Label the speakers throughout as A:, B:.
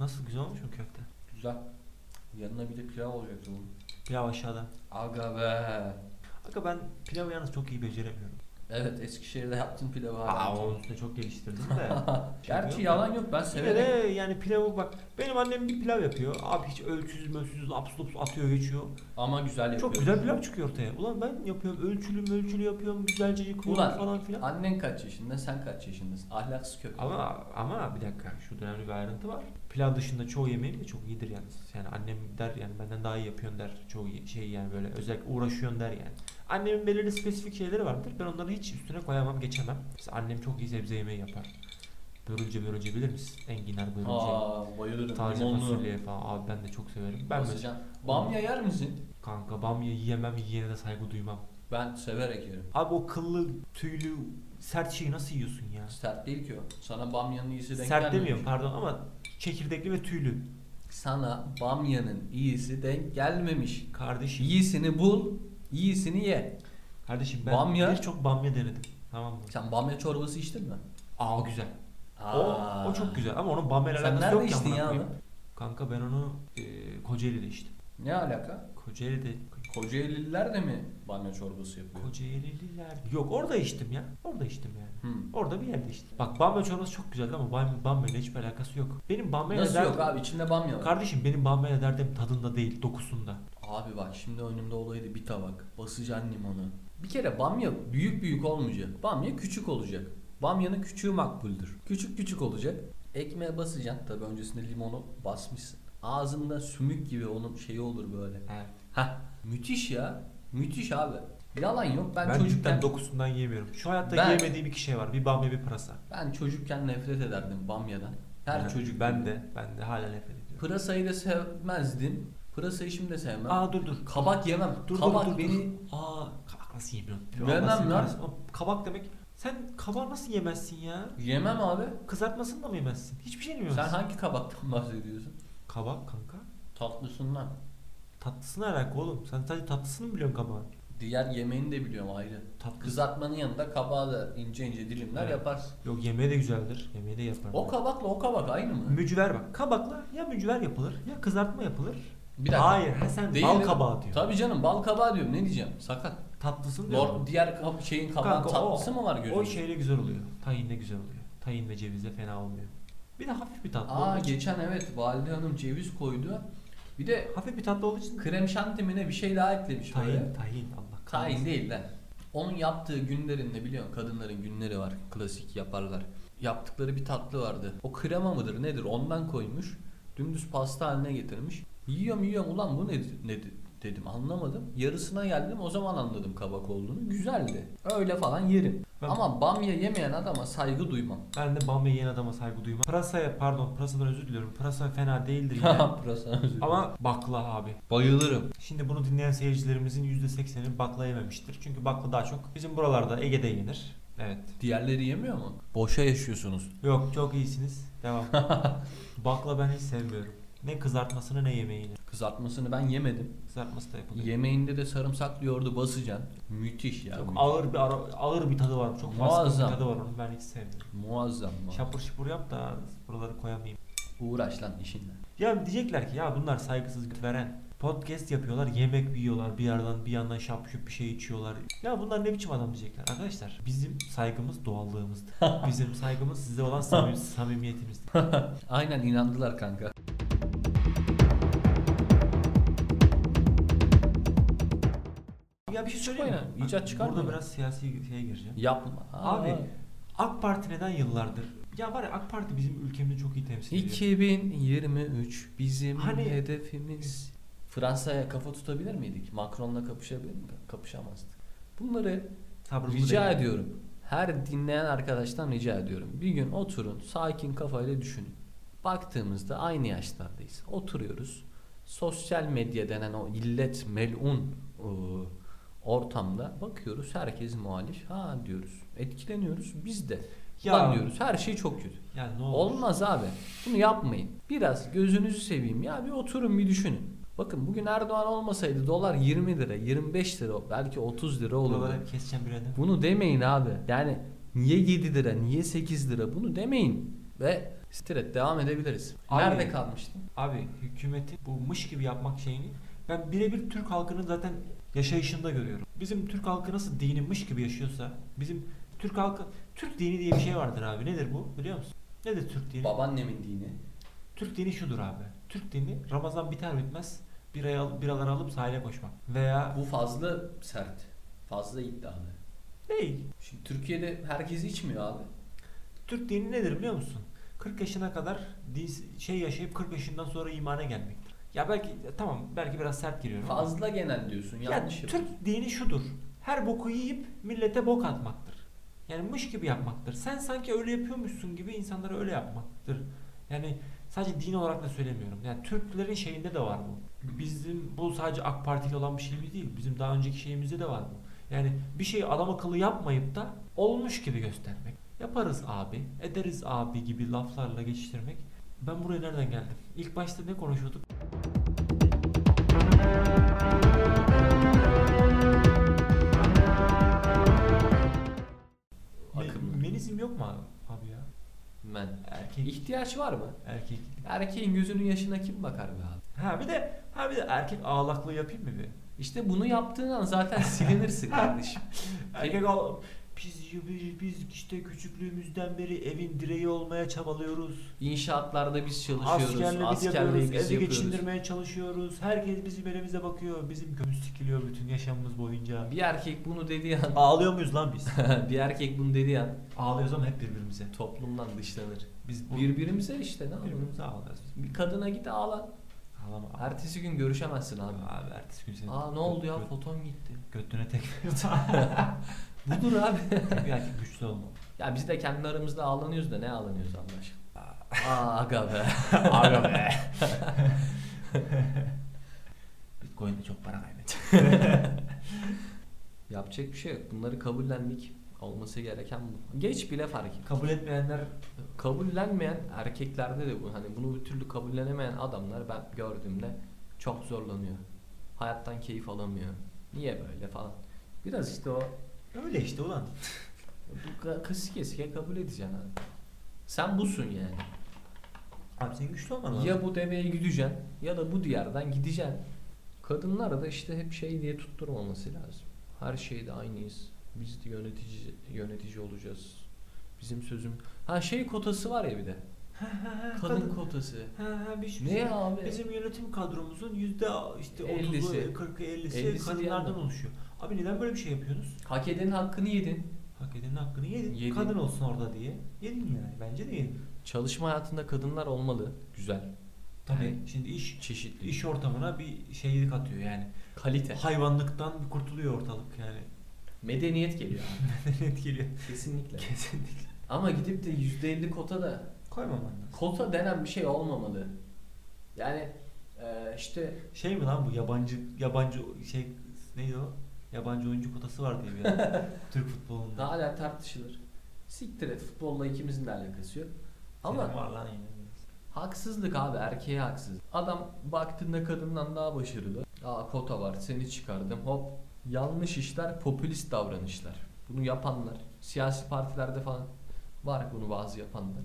A: Nasıl güzel olmuş mu köfte?
B: Güzel. Yanına bir de pilav olacak bunun.
A: Pilav aşağıda.
B: Aga be.
A: Aga ben pilavı yalnız çok iyi beceremiyorum.
B: Evet Eskişehir'de yaptığın pilavı
A: Aa
B: hala.
A: onun üstüne çok geliştirdim de. Şey
B: Gerçi yalan yok ben
A: Yine
B: severim.
A: de yani pilavı bak benim annem bir pilav yapıyor. Abi hiç ölçüsüz ölçüsüz laps lups atıyor geçiyor.
B: Ama güzel yapıyor.
A: Çok güzel pilav çıkıyor ortaya. Ulan ben yapıyorum ölçülü ölçülü yapıyorum güzelce yıkıyorum
B: Ulan.
A: falan filan.
B: Annen kaç yaşında sen kaç yaşındasın? Ahlaksız köpek.
A: Ama ama bir dakika şu önemli bir ayrıntı var. Pilav dışında çoğu yemeğim de çok iyidir yalnız. Yani annem der yani benden daha iyi yapıyorsun der. Çoğu ye- şey yani böyle özellikle uğraşıyorsun der yani. Annemin belirli spesifik şeyleri vardır. Ben onları hiç üstüne koyamam geçemem. Mesela annem çok iyi sebze yemeği yapar. Börülce börülce bilir misin? Enginar börülce.
B: Aa bayılırım.
A: Taze
B: Limonlu.
A: fasulye falan. Abi ben de çok severim. Ben mesela
B: Basacaksın. Bamya yer misin?
A: kanka bamya yiyemem yiyene de saygı duymam.
B: Ben severek yerim.
A: Abi o kıllı tüylü sert şeyi nasıl yiyorsun ya?
B: Sert değil ki o. Sana bamyanın iyisi denk
A: Sert
B: gelmemiş.
A: demiyorum pardon ama çekirdekli ve tüylü.
B: Sana bamyanın iyisi denk gelmemiş.
A: Kardeşim
B: İyisini bul, iyisini ye.
A: Kardeşim ben
B: Bamya-
A: birçok bamya denedim. Tamam mı?
B: Sen bamya çorbası içtin mi?
A: Aa güzel.
B: Aa.
A: O, o çok güzel ama onun bamya ile
B: Sen
A: alakası
B: nerede
A: yok ya.
B: içtin
A: amına
B: ya onu?
A: koyayım. Kanka ben onu e, Kocaeli'de içtim.
B: Ne alaka?
A: Kocaeli'de.
B: Kocaeli'liler de mi bamya çorbası yapıyor?
A: Kocaeli'liler. Yok orada içtim ya. Orada içtim yani.
B: Hmm.
A: Orada bir yerde içtim. Bak bamya çorbası çok güzeldi ama bamya, bamya ile hiçbir alakası yok. Benim bamya ile
B: Nasıl
A: derdim-
B: yok abi içinde bamya var.
A: Kardeşim benim bamya ile derdim tadında değil dokusunda.
B: Abi bak şimdi önümde olaydı bir tabak. Basacaksın limonu. Bir kere bamya büyük büyük olmayacak. Bamya küçük olacak. Bamyanın küçüğü makbuldür. Küçük küçük olacak. Ekmeğe basacaksın tabi öncesinde limonu basmışsın. Ağzında sümük gibi onun şeyi olur böyle.
A: Evet.
B: Hah müthiş ya. Müthiş abi. Yalan yok ben,
A: Ben,
B: çocukken
A: cidden dokusundan yemiyorum. Şu hayatta
B: Ben-
A: yemediğim iki şey var. Bir bamya bir pırasa.
B: ben çocukken nefret ederdim bamyadan. Her
A: Yani
B: çocuk
A: Ben de. Ben de hala nefret ediyorum.
B: Pırasayı da sevmezdim. Pırasayı şimdi de sevmem.
A: Aa dur dur.
B: kabak yemem.
A: Dur,
B: kabak
A: dur, dur,
B: beni
A: Aa kabak nasıl yemiyorsun?
B: Yemem
A: Nasıl
B: lan.
A: yaparsın? Oğlum, Kabak demek sen kabağı nasıl yemezsin ya?
B: yemem abi.
A: Kızartmasını da mı yemezsin? Hiçbir şey yemiyorsun.
B: Sen hangi kabaktan bahsediyorsun?
A: Kabak kanka.
B: Tatlısından.
A: Tatlısına alakalı oğlum. Sen sadece tatlısını mı biliyorsun kabağın?
B: Diğer yemeğini de biliyorum ayrı.
A: Tatlı.
B: Kızartmanın yanında kabağı da ince ince dilimler
A: Evet.
B: yaparsın.
A: Yok yemeği de güzeldir. Yemeği de yaparım.
B: O kabakla o kabak aynı mı?
A: Mücver bak. Kabakla ya mücver yapılır ya kızartma yapılır.
B: Bir dakika.
A: Hayır. Ha sen
B: Değil
A: bal
B: mi?
A: kabağı diyor.
B: Tabii canım bal kabağı diyorum ne diyeceğim sakat.
A: Tatlısını diyor.
B: Lor, diğer kab- şeyin kabağın
A: Kanka, o-
B: tatlısı mı var gözünde?
A: O şey- şeyle güzel oluyor. Tahinle güzel oluyor. Tahin ve cevizle fena olmuyor. Bir de hafif bir tatlı.
B: Aa
A: olduğu için-
B: geçen evet Valide Hanım ceviz koydu. Bir de
A: Hafif bir tatlı olduğu için
B: krem şantimine bir şey daha eklemiş böyle.
A: Tahin, tahin Allah
B: Tayin
A: kahretsin.
B: değil lan. Onun yaptığı günlerinde biliyorsun kadınların günleri var. Klasik yaparlar. Yaptıkları bir tatlı vardı. O krema mıdır nedir ondan koymuş. Dümdüz pasta haline getirmiş. Yiyorum yiyorum ulan bu nedir, nedir dedim anlamadım. Yarısına geldim o zaman anladım kabak olduğunu. Güzeldi. Öyle falan yerim.
A: Ben-
B: Ama bamya yemeyen adama saygı duymam.
A: Ben de bamya yiyen adama saygı duymam. Pırasaya pardon pırasadan özür diliyorum. Pırasa fena değildir yine.
B: Burası özür Ama
A: Ama bakla abi.
B: bayılırım.
A: Şimdi bunu dinleyen seyircilerimizin %80'i bakla yememiştir. Çünkü bakla daha çok bizim buralarda Ege'de yenir. Evet.
B: Diğerleri yemiyor mu? Boşa yaşıyorsunuz.
A: Yok çok iyisiniz. Devam. bakla ben hiç sevmiyorum. Ne kızartmasını ne yemeğini.
B: Kızartmasını ben yemedim.
A: Kızartması da yapılıyor.
B: Yemeğinde de sarımsaklı yoğurdu basacaksın. Müthiş ya.
A: çok
B: müthiş.
A: ağır bir ara- ağır bir tadı var. Çok baskın
B: Muazzam.
A: bir tadı var. Onu ben hiç sevmiyorum.
B: Muazzam mı?
A: Şapur şupur yap da buraları koyamayayım.
B: Uğraş lan işinle.
A: Ya diyecekler ki ya bunlar saygısız veren podcast yapıyorlar, yemek yiyorlar bir yerden bir yandan şap şup bir şey içiyorlar. Ya bunlar ne biçim adam diyecekler. Arkadaşlar bizim saygımız doğallığımızdır. bizim saygımız size olan samim, samimiyetimizdir.
B: Aynen inandılar kanka.
A: Ya bir şey
B: Çıkma
A: söyleyeyim
B: ya, icat çıkar
A: Burada
B: mı?
A: biraz siyasi şeye gireceğim.
B: Yapma.
A: Abi AK Parti neden yıllardır? Ya var ya AK Parti bizim ülkemizi çok iyi temsil ediyor.
B: 2023 bizim
A: Hani-
B: hedefimiz. Fransa'ya kafa tutabilir miydik? Macron'la kapışabilir miydik? Kapışamazdık. Bunları
A: Sabrımı
B: rica
A: denedim.
B: ediyorum. Her dinleyen arkadaştan rica ediyorum. Bir gün oturun, sakin kafayla düşünün. Baktığımızda aynı yaşlardayız. Oturuyoruz. Sosyal medya denen o illet melun ıı, ortamda bakıyoruz herkes muhalif. Ha diyoruz. Etkileniyoruz biz de. Ulan diyoruz her şey çok kötü.
A: Yani ne olur.
B: Olmaz abi. Bunu yapmayın. Biraz gözünüzü seveyim ya bir oturun bir düşünün. Bakın bugün Erdoğan olmasaydı dolar 20 lira, 25 lira belki 30 lira olurdu.
A: Buraları keseceğim bir adam.
B: Bunu demeyin abi. Yani niye 7 lira, niye 8 lira bunu demeyin. Ve stret devam edebiliriz.
A: Abi-
B: Nerede kalmıştın?
A: Abi hükümeti bu mış gibi yapmak şeyini ben birebir Türk halkının zaten yaşayışında görüyorum. Bizim Türk halkı nasıl dini mış gibi yaşıyorsa bizim Türk halkı Türk dini diye bir şey vardır abi. Nedir bu biliyor musun? Nedir Türk dini?
B: Babaannemin dini.
A: Türk dini şudur abi. Türk dini Ramazan biter bitmez birayı al, biraları alıp sahile koşmak. Veya
B: Bu fazla sert. Fazla iddialı.
A: değil.
B: Şimdi Türkiye'de herkes içmiyor abi.
A: Türk dini nedir biliyor musun? 40 yaşına kadar din- şey yaşayıp 40 yaşından sonra imana gelmektir. Ya belki tamam belki biraz sert giriyorum. ama-
B: Fazla genel diyorsun
A: Ya
B: yanlış. yapıyorsun.
A: Türk dini şudur. Her boku yiyip millete bok atmaktır. Yani mış gibi yapmaktır. Sen sanki öyle yapıyormuşsun gibi insanlara öyle yapmaktır. Yani sadece din olarak da söylemiyorum. Yani Türklerin şeyinde de var bu. Bizim bu sadece AK Partili olan bir şeyimiz değil. Bizim daha önceki şeyimizde de var bu. Yani bir şeyi adam akıllı yapmayıp da olmuş gibi göstermek. Yaparız abi, ederiz abi gibi laflarla geçiştirmek. Ben buraya nereden geldim? İlk başta ne konuşuyorduk?
B: Akım.
A: Menizm yok mu abi- abi ya?
B: Ben.
A: Erkek
B: İhtiyaç var mı?
A: Erkek.
B: Erkeğin gözünün yaşına kim bakar be abi?
A: Ha bir de ha bir de erkek ağlaklığı yapayım mı bir?
B: İşte bunu yaptığın an zaten silinirsin kardeşim.
A: Erkek ağl biz, biz, biz işte küçüklüğümüzden beri evin direği olmaya çabalıyoruz.
B: İnşaatlarda biz çalışıyoruz.
A: Askerle biz yapıyoruz,
B: Askerliği biz
A: evi
B: yapıyoruz.
A: geçindirmeye çalışıyoruz. Herkes bizim elimize bakıyor. Bizim göğüs sikiliyor bütün yaşamımız boyunca.
B: Bir erkek bunu dediği an,
A: Ağlıyor muyuz lan biz?
B: bir erkek bunu dediği an
A: Ağlıyoruz ama hep birbirimize.
B: toplumdan dışlanır.
A: Biz bu-
B: Birbirimize işte ne yapalım?
A: birbirimize ağlıyoruz.
B: Bir kadına git ağla.
A: Ağlama. ağlama.
B: Ertesi gün görüşemezsin abi.
A: Abi ertesi gün seni
B: Aa ne oldu ya foton gitti.
A: Götüne tek
B: Budur abi.
A: bir erkek güçlü olma.
B: ya biz de kendi aramızda ağlanıyoruz da ne ağlanıyoruz Allah aşkına. Aa aga be.
A: Aga be. Bitcoin'de çok para kaybettim.
B: Yapacak bir şey yok. Bunları kabullendik. Olması gereken bu. Geç bile fark et.
A: Kabul etmeyenler
B: Kabullenmeyen erkeklerde de bu. Hani bunu bir türlü kabullenemeyen adamlar ben gördüğümde çok zorlanıyor. Hayattan keyif alamıyor. Niye böyle falan. Biraz işte o
A: öyle işte ulan.
B: bu ka- kısık kesike kabul edeceksin abi. Sen busun yani.
A: Abi sen güçlü olman lazım.
B: Ya bu deveye gideceksin ya da bu diyardan gideceksin. Kadınlara da işte hep şey diye tutturmaması lazım. Her şeyde aynıyız. Biz de yönetici yönetici olacağız. Bizim sözüm. Ha şey kotası var ya bir de.
A: Ha, ha, ha,
B: Kadın kotası.
A: Ha, ha, şey biz-
B: Ne
A: bizim-
B: ya abi?
A: Bizim yönetim kadromuzun yüzde işte 30'u,
B: Ellisi.
A: 40'ı, 50'si
B: Ellisi
A: kadınlardan
B: diyen mi?
A: oluşuyor. Abi neden böyle bir şey yapıyorsunuz?
B: Hak edenin hakkını yedin.
A: Hak edenin hakkını yedin.
B: Yedin.
A: Kadın olsun orada diye. Yedin yani. Bence de yedin.
B: Çalışma hayatında kadınlar olmalı. Güzel.
A: Tabii
B: Yani-
A: şimdi iş
B: Çeşitli.
A: iş ortamına bir şeylik atıyor yani.
B: Kalite.
A: Hayvanlıktan bir kurtuluyor ortalık yani.
B: Medeniyet geliyor. abi.
A: Etkiliyor.
B: Kesinlikle.
A: Kesinlikle.
B: Ama gidip de %50 kota da
A: Koymaman lazım.
B: kota denen bir şey olmamalı. Yani e, işte
A: Şey mi lan bu yabancı yabancı şey neydi o? Yabancı oyuncu kotası var diye bir yer. Türk futbolunda.
B: Daha hala tartışılır. Siktir et futbolla ikimizin de alakası yok.
A: Senin
B: Ama
A: var lan yine.
B: haksızlık abi erkeğe haksız. Adam baktığında kadından daha başarılı. Aa kota var seni çıkardım hop. Yanlış işler popülist davranışlar. Bunu yapanlar siyasi partilerde falan var bunu bazı yapanlar.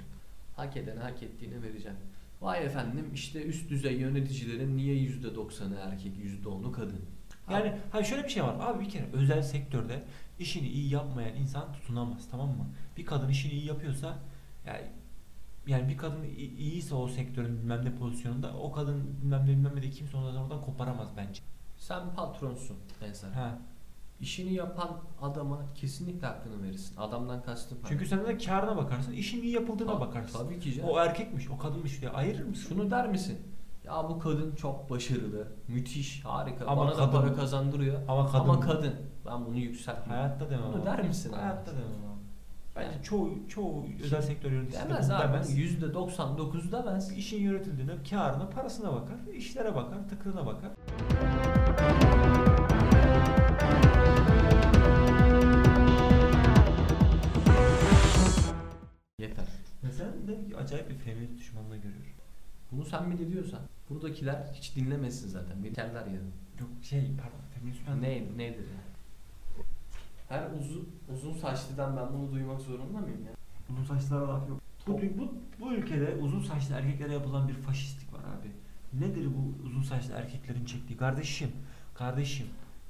B: Hak edene hak ettiğini vereceğim. Vay efendim işte üst düzey yöneticilerin niye %90'ı erkek %10'u kadın.
A: Yani ha şöyle bir şey var. Abi bir kere özel sektörde işini iyi yapmayan insan tutunamaz tamam mı? Bir kadın işini iyi yapıyorsa yani yani bir kadın i- iyiyse o sektörün bilmem ne pozisyonunda o kadın bilmem ne bilmem ne de kimse ondan oradan koparamaz bence.
B: sen patronsun mesela.
A: Ha.
B: İşini yapan adama kesinlikle hakkını verirsin. Adamdan kastım para.
A: Çünkü sen de karına bakarsın, işin iyi yapıldığına
B: Ta-
A: bakarsın.
B: Tabii ki canım.
A: O erkekmiş, o kadınmış diye ayırır mısın?
B: Şunu der misin? Ya bu kadın çok başarılı, müthiş, harika.
A: Ama
B: Bana da
A: kadın.
B: para kazandırıyor.
A: Ama kadın.
B: Ama kadın. Ben bunu yükseltmiyorum.
A: Hayatta demem.
B: Bunu
A: abi.
B: der misin? abi?
A: Hayatta demem abi. Bence
B: Yani.
A: çoğu çoğu özel sektör yöneticisi de
B: Demez
A: bunu
B: abi.
A: demez.
B: %99 demez.
A: İşin yönetildiğine, karına, parasına bakar, işlere bakar, tıkırına bakar. kendimde acayip bir feminist düşmanlığı görüyorum.
B: Bunu sen bile diyorsan buradakiler hiç dinlemesin zaten. Biterler ya.
A: Yok şey pardon feminist ben
B: Ne, nedir ya?
C: Her uzun, uzun saçlıdan ben bunu duymak zorunda mıyım ya?
A: Uzun saçlara laf yok. Bu, bu, bu ülkede uzun saçlı erkeklere yapılan bir faşistlik var abi. Nedir bu uzun saçlı erkeklerin çektiği? Kardeşim, kardeşim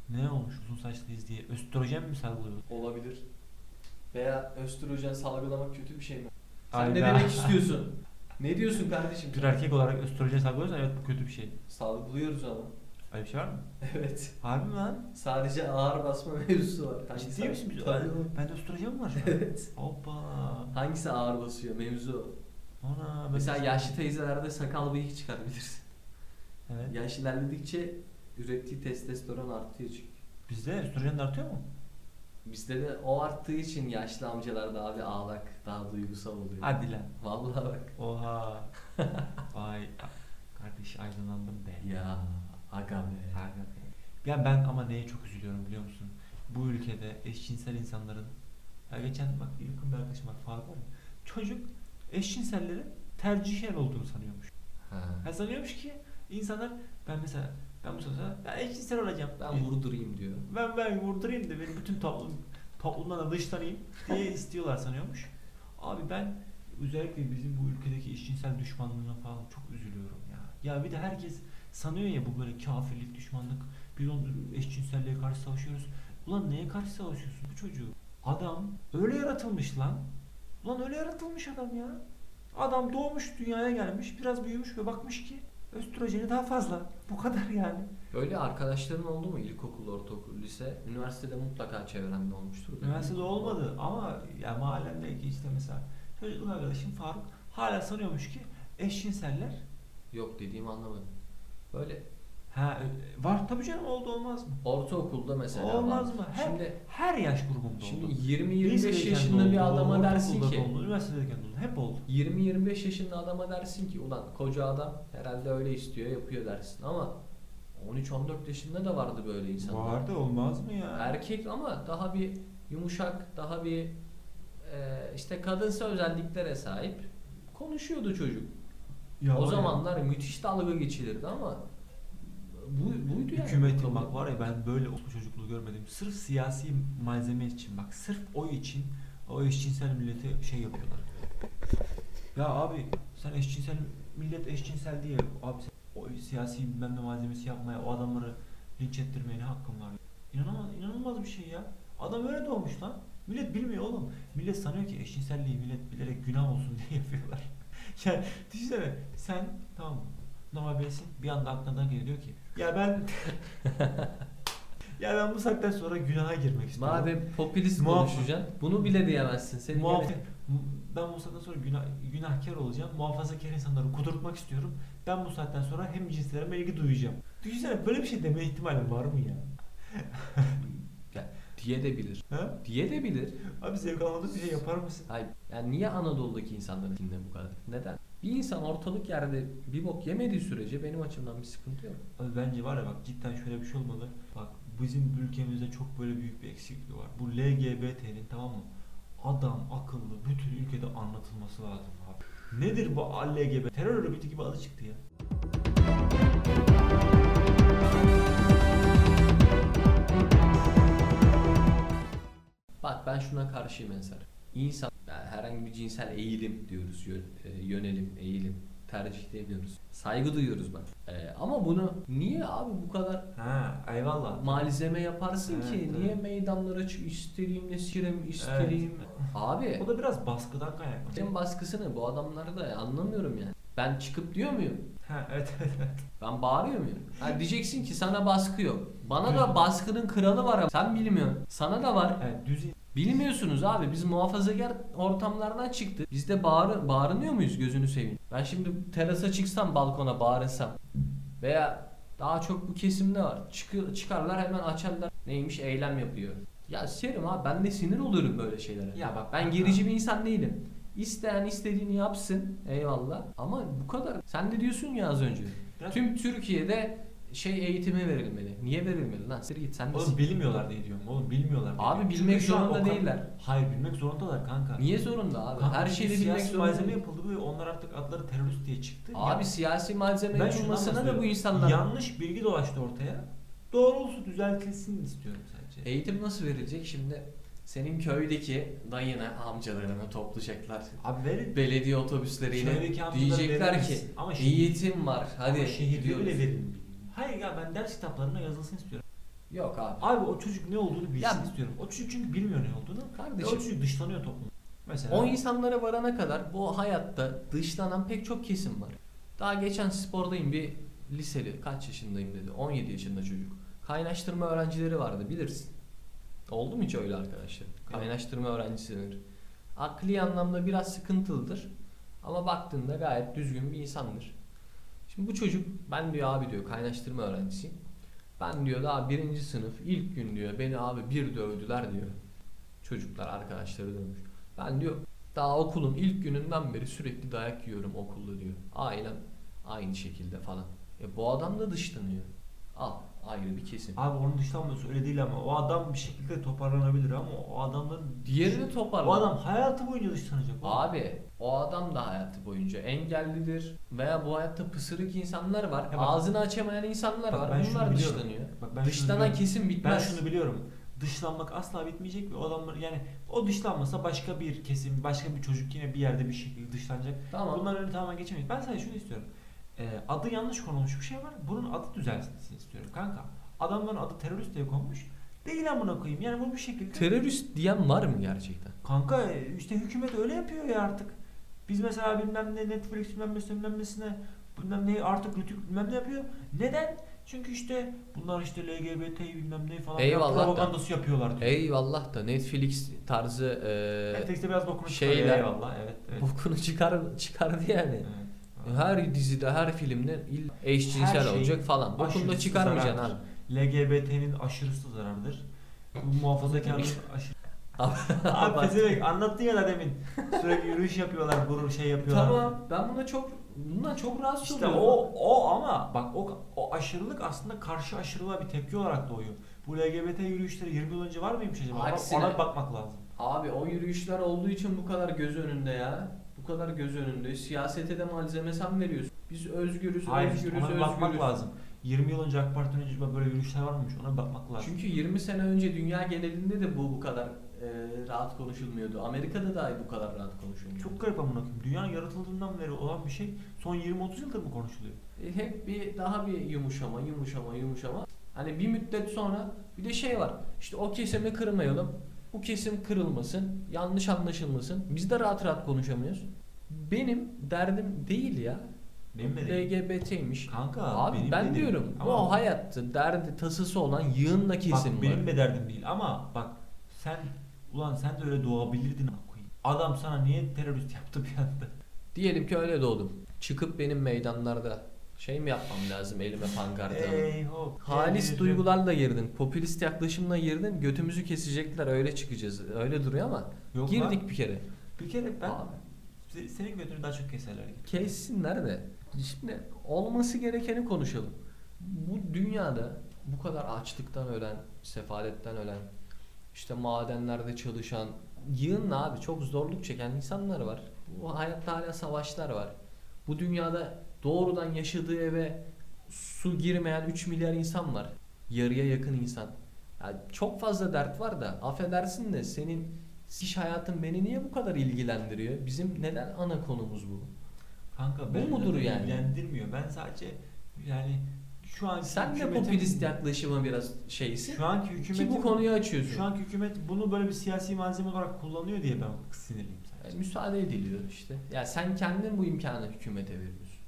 A: ne olmuş uzun saçlıyız diye? Östrojen mi salgılıyor?
C: Olabilir. Veya östrojen salgılamak kötü bir şey mi? Sen
A: Hayda.
C: ne demek istiyorsun? ne diyorsun kardeşim?
A: Bir erkek olarak östrojen salgılıyorsan evet bu kötü bir şey.
C: Salgılıyoruz ama.
A: Öyle bir şey var mı?
C: Evet.
A: Harbi mi lan?
C: Sadece ağır basma mevzusu var. Hangisi
A: Ciddi
C: ağır-
A: misin? Biz-
C: Tabii.
A: Bende östrojen mi var şu an?
C: Evet.
A: Hoppa.
C: Hangisi ağır basıyor mevzu? o.
A: Ana, ben-
C: Mesela yaşlı teyzelerde sakal bıyık çıkarabilirsin.
A: Evet.
C: Yaş ilerledikçe ürettiği testosteron artıyor çünkü.
A: Bizde östrojen de artıyor mu?
C: Bizde de o arttığı için yaşlı amcalar daha bir ağlak, daha duygusal oluyor.
A: Hadi lan.
C: Vallahi bak.
A: Oha. Vay. Kardeş aydınlandım be.
C: Ya aga be.
A: Harbi. Ya ben ama neye çok üzülüyorum biliyor musun? Bu ülkede eşcinsel insanların ya geçen bak yakın bir arkadaşım var Faruk var ya, Çocuk eşcinsellerin tercihen olduğunu sanıyormuş.
C: Ha.
A: Ya sanıyormuş ki insanlar ben mesela ben bu sefer ya eşcinsel olacağım.
B: Ben vurdurayım diyor.
A: ben, ben vurdurayım da beni bütün toplum toplumdan da dışlanayım diye istiyorlar sanıyormuş. Abi ben özellikle bizim bu ülkedeki eşcinsel düşmanlığına falan çok üzülüyorum ya. Ya bir de herkes sanıyor ya bu böyle kafirlik, düşmanlık. Biz onu eşcinselliğe karşı savaşıyoruz. Ulan neye karşı savaşıyorsun bu çocuğu? Adam öyle yaratılmış lan. Ulan öyle yaratılmış adam ya. Adam doğmuş dünyaya gelmiş biraz büyümüş ve bakmış ki östrojeni daha fazla. Bu kadar yani.
B: Öyle arkadaşların oldu mu ilkokul, ortaokul, lise? Üniversitede mutlaka çevrende olmuştur. değil mi?
A: Üniversitede olmadı ama ya mahallemdeki işte mesela çocukluk arkadaşım Faruk hala sanıyormuş ki eşcinseller
B: Yok dediğimi anlamadım. Böyle
A: ha e, var tabii canım oldu olmaz mı?
B: ortaokulda mesela
A: Olmaz mı?
B: var.
A: He.
B: Şimdi
A: Her yaş grubunda
B: şimdi
A: oldu.
B: 20
A: Lisedeyken
B: 25
A: de
B: yaşında
A: oldu,
B: bir adama
A: ortaokulda
B: dersin
A: da
B: ki
A: Oldu, üniversitedeyken de oldu. Hep oldu.
B: 20-25 yaşında adama dersin ki ulan koca adam herhalde öyle istiyor yapıyor dersin ama 13-14 yaşında da vardı böyle insanlar.
A: olmaz mı ya?
B: Erkek ama daha bir yumuşak, daha bir e, işte kadınsı özelliklere sahip konuşuyordu çocuk.
A: Ya var
B: o
A: ya,
B: zamanlar müthiş dalga geçilirdi ama bu, buydu yani.
A: hükümetin bak var ya ben böyle okul çocukluğu görmedim. Sırf siyasi malzeme için bak sırf o için o eşcinsel millete şey yapıyorlar. Ya abi sen eşcinsel millet eşcinsel diye abi sen o siyasi bilmem ne malzemesi yapmaya o adamları linç ettirmeye ne hakkım var? İnanılmaz, inanılmaz bir şey ya. Adam öyle doğmuş lan. Millet bilmiyor oğlum. Millet sanıyor ki eşcinselliği millet bilerek günah olsun diye yapıyorlar. yani düşünsene sen tamam mı? normal birisin bir anda aklına geliyor diyor ki ya ben ya ben bu saatten sonra günaha girmek istiyorum.
B: Madem popülist
A: Muhaf-
B: konuşacaksın bunu bile diyemezsin. Seni
A: Muhaf-
B: gene-
A: M- ben bu saatten sonra günah, günahkar olacağım. Muhafazakar insanları kudurtmak istiyorum. Ben bu saatten sonra hem cinslerime ilgi duyacağım. Düşünsene böyle bir şey deme ihtimali var mı ya?
B: diye de bilir.
A: Ha?
B: Diye de bilir.
A: Abi zevk almadığın bir şey yapar mısın?
B: Hayır. Yani niye Anadolu'daki insanların dinle bu kadar? Neden? Bir insan ortalık yerde bir bok yemediği sürece benim açımdan bir sıkıntı yok.
A: Abi bence var ya bak cidden şöyle bir şey olmalı. Bak bizim ülkemizde çok böyle büyük bir eksiklik var. Bu LGBT'nin tamam mı? Adam akıllı bütün ülkede anlatılması lazım abi. Nedir bu LGBT? Terör örgütü gibi adı çıktı ya.
B: Bak ben şuna karşıyım Ensar. İnsan yani herhangi bir cinsel eğilim diyoruz. yö- e, Yönelim, eğilim, tercih demiyoruz. Saygı duyuyoruz bak. E, ama bunu niye abi bu kadar
A: Ha eyvallah.
B: malzeme yaparsın
A: Evet,
B: ki?
A: evet.
B: Niye meydanlara çık istediğimle sirim, istediğim. Abi
A: O da biraz baskıdan kaynaklı.
B: senin baskısını bu adamları da anlamıyorum yani. Ben çıkıp diyor muyum?
A: Ha evet evet. evet.
B: Ben bağırıyor muyum? Ha, diyeceksin ki sana baskı yok. Bana da baskının kralı var ama sen bilmiyorsun. Sana da var.
A: Evet düz
B: Bilmiyorsunuz abi biz muhafazakar ortamlardan çıktık. Biz de bağır, bağırınıyor muyuz gözünü seveyim. Ben şimdi terasa çıksam balkona bağırsam veya daha çok bu kesimde var. Çıkı, çıkarlar hemen açarlar. Neymiş eylem yapıyor. Ya serim abi ben de sinir olurum böyle şeylere.
A: Ya bak
B: Ben gerici bir insan değilim. İsteyen istediğini yapsın eyvallah. Ama bu kadar. Sen de diyorsun ya az önce.
A: Biraz-
B: Tüm Türkiye'de şey eğitimi verilmeli. Niye verilmeli lan? Sir git sen de
A: Oğlum bilmiyorlar diye diyorum oğlum bilmiyorlar. diye
B: Abi
A: diyorum.
B: bilmek
A: Çünkü şu an
B: zorunda
A: o kadar-
B: değiller.
A: Hayır bilmek zorundalar kanka.
B: Niye zorunda abi?
A: Kanka,
B: Her
A: çünkü
B: şeyi de bilmek
A: siyasi
B: zorunda.
A: malzeme
B: değil.
A: yapıldı ve onlar artık adları terörist diye çıktı.
B: Abi
A: Ya-
B: siyasi malzeme
A: ben şundan
B: yapılmasına da bu
A: bahsediyorum.
B: insanlar
A: Yanlış bilgi dolaştı ortaya. Doğrusu düzeltilsin istiyorum sadece.
B: Eğitim nasıl verilecek şimdi?
C: Senin köydeki dayını, amcalarını toplayacaklar.
A: Abi verin.
C: Belediye otobüsleriyle
A: Köydeki amcaları
C: diyecekler ki
A: veremez. Ama şi-
C: eğitim var. Hadi
A: Ama şehirde
C: gidiyoruz.
A: bile verin. Hayır ya ben ders kitaplarına yazılsın istiyorum.
B: Yok abi.
A: Abi o çocuk ne olduğunu bilsin
B: Ya-
A: istiyorum. O çocuk çünkü bilmiyor ne olduğunu. Ve o
B: Kardeşim
A: çocuk dışlanıyor toplumda. Mesela
B: o insanlara varana kadar bu hayatta dışlanan pek çok kesim var. Daha geçen spordayım bir liseli kaç yaşındayım dedi. 17 yaşında çocuk. Kaynaştırma öğrencileri vardı bilirsin. Oldu mu hiç öyle arkadaşlar? Kaynaştırma öğrencisi denir. Akli anlamda biraz sıkıntılıdır. Ama baktığında gayet düzgün bir insandır. Şimdi bu çocuk ben diyor abi diyor kaynaştırma öğrencisiyim. Ben diyor daha birinci sınıf ilk gün diyor beni abi bir dövdüler diyor. Çocuklar arkadaşları dövmüş. Ben diyor daha okulun ilk gününden beri sürekli dayak yiyorum okulda diyor. Ailem aynı şekilde falan. E bu adam da dışlanıyor. Al ayrı bir kesim.
A: Abi onun dışlanması öyle değil ama o adam bir şekilde toparlanabilir ama o adamların
B: Diğerini toparla.
A: o adam hayatı boyunca dışlanacak.
B: Abi o adam da hayatı boyunca engellidir veya bu hayatta pısırık insanlar var.
A: Ya bak-
B: Ağzını açamayan insanlar
A: Bak ben
B: var.
A: şunu
B: Bunlar
A: biliyorum.
B: dışlanıyor.
A: Bak ben şunu
B: Dışlanan
A: biliyorum.
B: kesin
A: Ben
B: bitmez.
A: şunu biliyorum. Dışlanmak asla bitmeyecek ve o adamlar yani o dışlanmasa başka bir kesim, başka bir çocuk yine bir yerde bir şekilde dışlanacak.
B: Tamam.
A: Bunların önüne tamamen geçemeyiz. Ben sadece şunu istiyorum. Ee, adı yanlış konulmuş bir şey var. Bunun adı düzelsin istiyorum kanka. Adamların adı terörist diye konmuş. Değil amına koyayım. Yani bu bir şekilde.
B: Terörist diyen var mı gerçekten?
A: kanka e, işte hükümet öyle yapıyor ya artık. Biz mesela bilmem ne Netflix bilmem ne bilmem nesine bilmem ne artık Rütük bilmem ne yapıyor. Neden? Çünkü işte bunlar işte LGBT bilmem ne falan
B: Eyvallah da.
A: propagandası yapıyorlar diyor.
B: Eyvallah da Netflix tarzı eee
A: Netflix'te biraz bokunu
B: e, şeyler-
A: çıkarıyor. Eyvallah evet. evet.
B: bokunu çıkar çıkardı yani.
A: evet.
B: Her dizide, her filmde il- eşcinsel
A: Her şey
B: olacak falan. Bokunu da
A: aşırısı
B: çıkarmayacaksın
A: zarardır.
B: abi.
A: LGBT'nin aşırısı zarardır. Bu muhafazakarlık aşırı... Abi
B: Abartma.
A: pezevenk anlattın ya da demin. Sürekli yürüyüş yapıyorlar, gurur şey yapıyorlar.
B: Tamam. Ben buna çok bundan çok rahatsız
A: İşte
B: oluyorum.
A: o o ama bak o, o aşırılık aslında karşı aşırılığa bir tepki olarak doğuyor. Bu LGBT yürüyüşleri 20 yıl önce var mıymış acaba? Ona-
C: Aksine.
A: Ona bir bakmak lazım.
C: Abi o yürüyüşler olduğu için bu kadar göz önünde ya. Bu kadar göz önünde. Siyasete de malzeme sen veriyorsun. Biz özgürüz,
A: Hayır, işte
C: özgürüz,
A: ona bir
C: özgürüz.
A: bakmak lazım. 20 yıl önce AK Parti'nin önce böyle yürüyüşler var mıymış? Ona bir bakmak lazım.
C: Çünkü 20 sene önce dünya genelinde de bu bu kadar e, rahat konuşulmuyordu. Amerika'da dahi bu kadar rahat konuşulmuyor.
A: Çok garip amına koyayım. Dünyanın yaratıldığından beri olan bir şey son 20-30 yıldır mı konuşuluyor?
C: E, hep bir daha bir yumuşama, yumuşama, yumuşama. Hani bir müddet sonra bir de şey var.
B: İşte o kesimi kırmayalım. Bu kesim kırılmasın. Yanlış anlaşılmasın. Biz de rahat rahat konuşamıyoruz. Benim derdim değil ya.
A: Benim de değil.
B: LGBT'ymiş.
A: Kanka
B: Abi
A: benim de
B: ben
A: değil.
B: diyorum
A: Ama
B: bu hayatta derdi tasası olan yığınla kesim
A: bak,
B: var.
A: benim de derdim değil ama bak sen ulan sen de öyle doğabilirdin amına koyayım. Adam sana niye terörist yaptı bir anda?
B: Diyelim ki öyle doğdum. Çıkıp benim meydanlarda şey mi yapmam lazım elime pankart
A: Ee,
B: alıp?
A: hop.
B: Halis
A: Gelirim.
B: duygularla girdin. Popülist yaklaşımla girdin. Götümüzü kesecekler öyle çıkacağız. Öyle duruyor ama
A: Yok lan.
B: girdik bir kere.
A: Bir kere ben
B: Abi.
A: se- senin götünü daha çok keserler. gibi.
B: Kessinler de. Şimdi olması gerekeni konuşalım. Bu dünyada bu kadar açlıktan ölen, sefaletten ölen, işte madenlerde çalışan, yığınla abi çok zorluk çeken insanlar var. Bu hayatta hala savaşlar var. Bu dünyada doğrudan yaşadığı eve su girmeyen 3 milyar insan var. Yarıya yakın insan. Yani çok fazla dert var da affedersin de senin iş hayatın beni niye bu kadar ilgilendiriyor? Bizim neden ana konumuz bu?
A: Kanka
B: Bu
A: ben
B: mudur
A: beni
B: yani?
A: ilgilendirmiyor. Ben sadece yani şu an
B: Sen de popülist yaklaşıma biraz şeysin.
A: Şu anki hükümetin
B: Ki bu konuyu açıyorsun.
A: şu anki hükümet bunu böyle bir siyasi malzeme olarak kullanıyor diye ben sinirliyim sadece.
B: E, müsaade ediliyor işte. Ya sen kendin bu imkanı hükümete veriyorsun.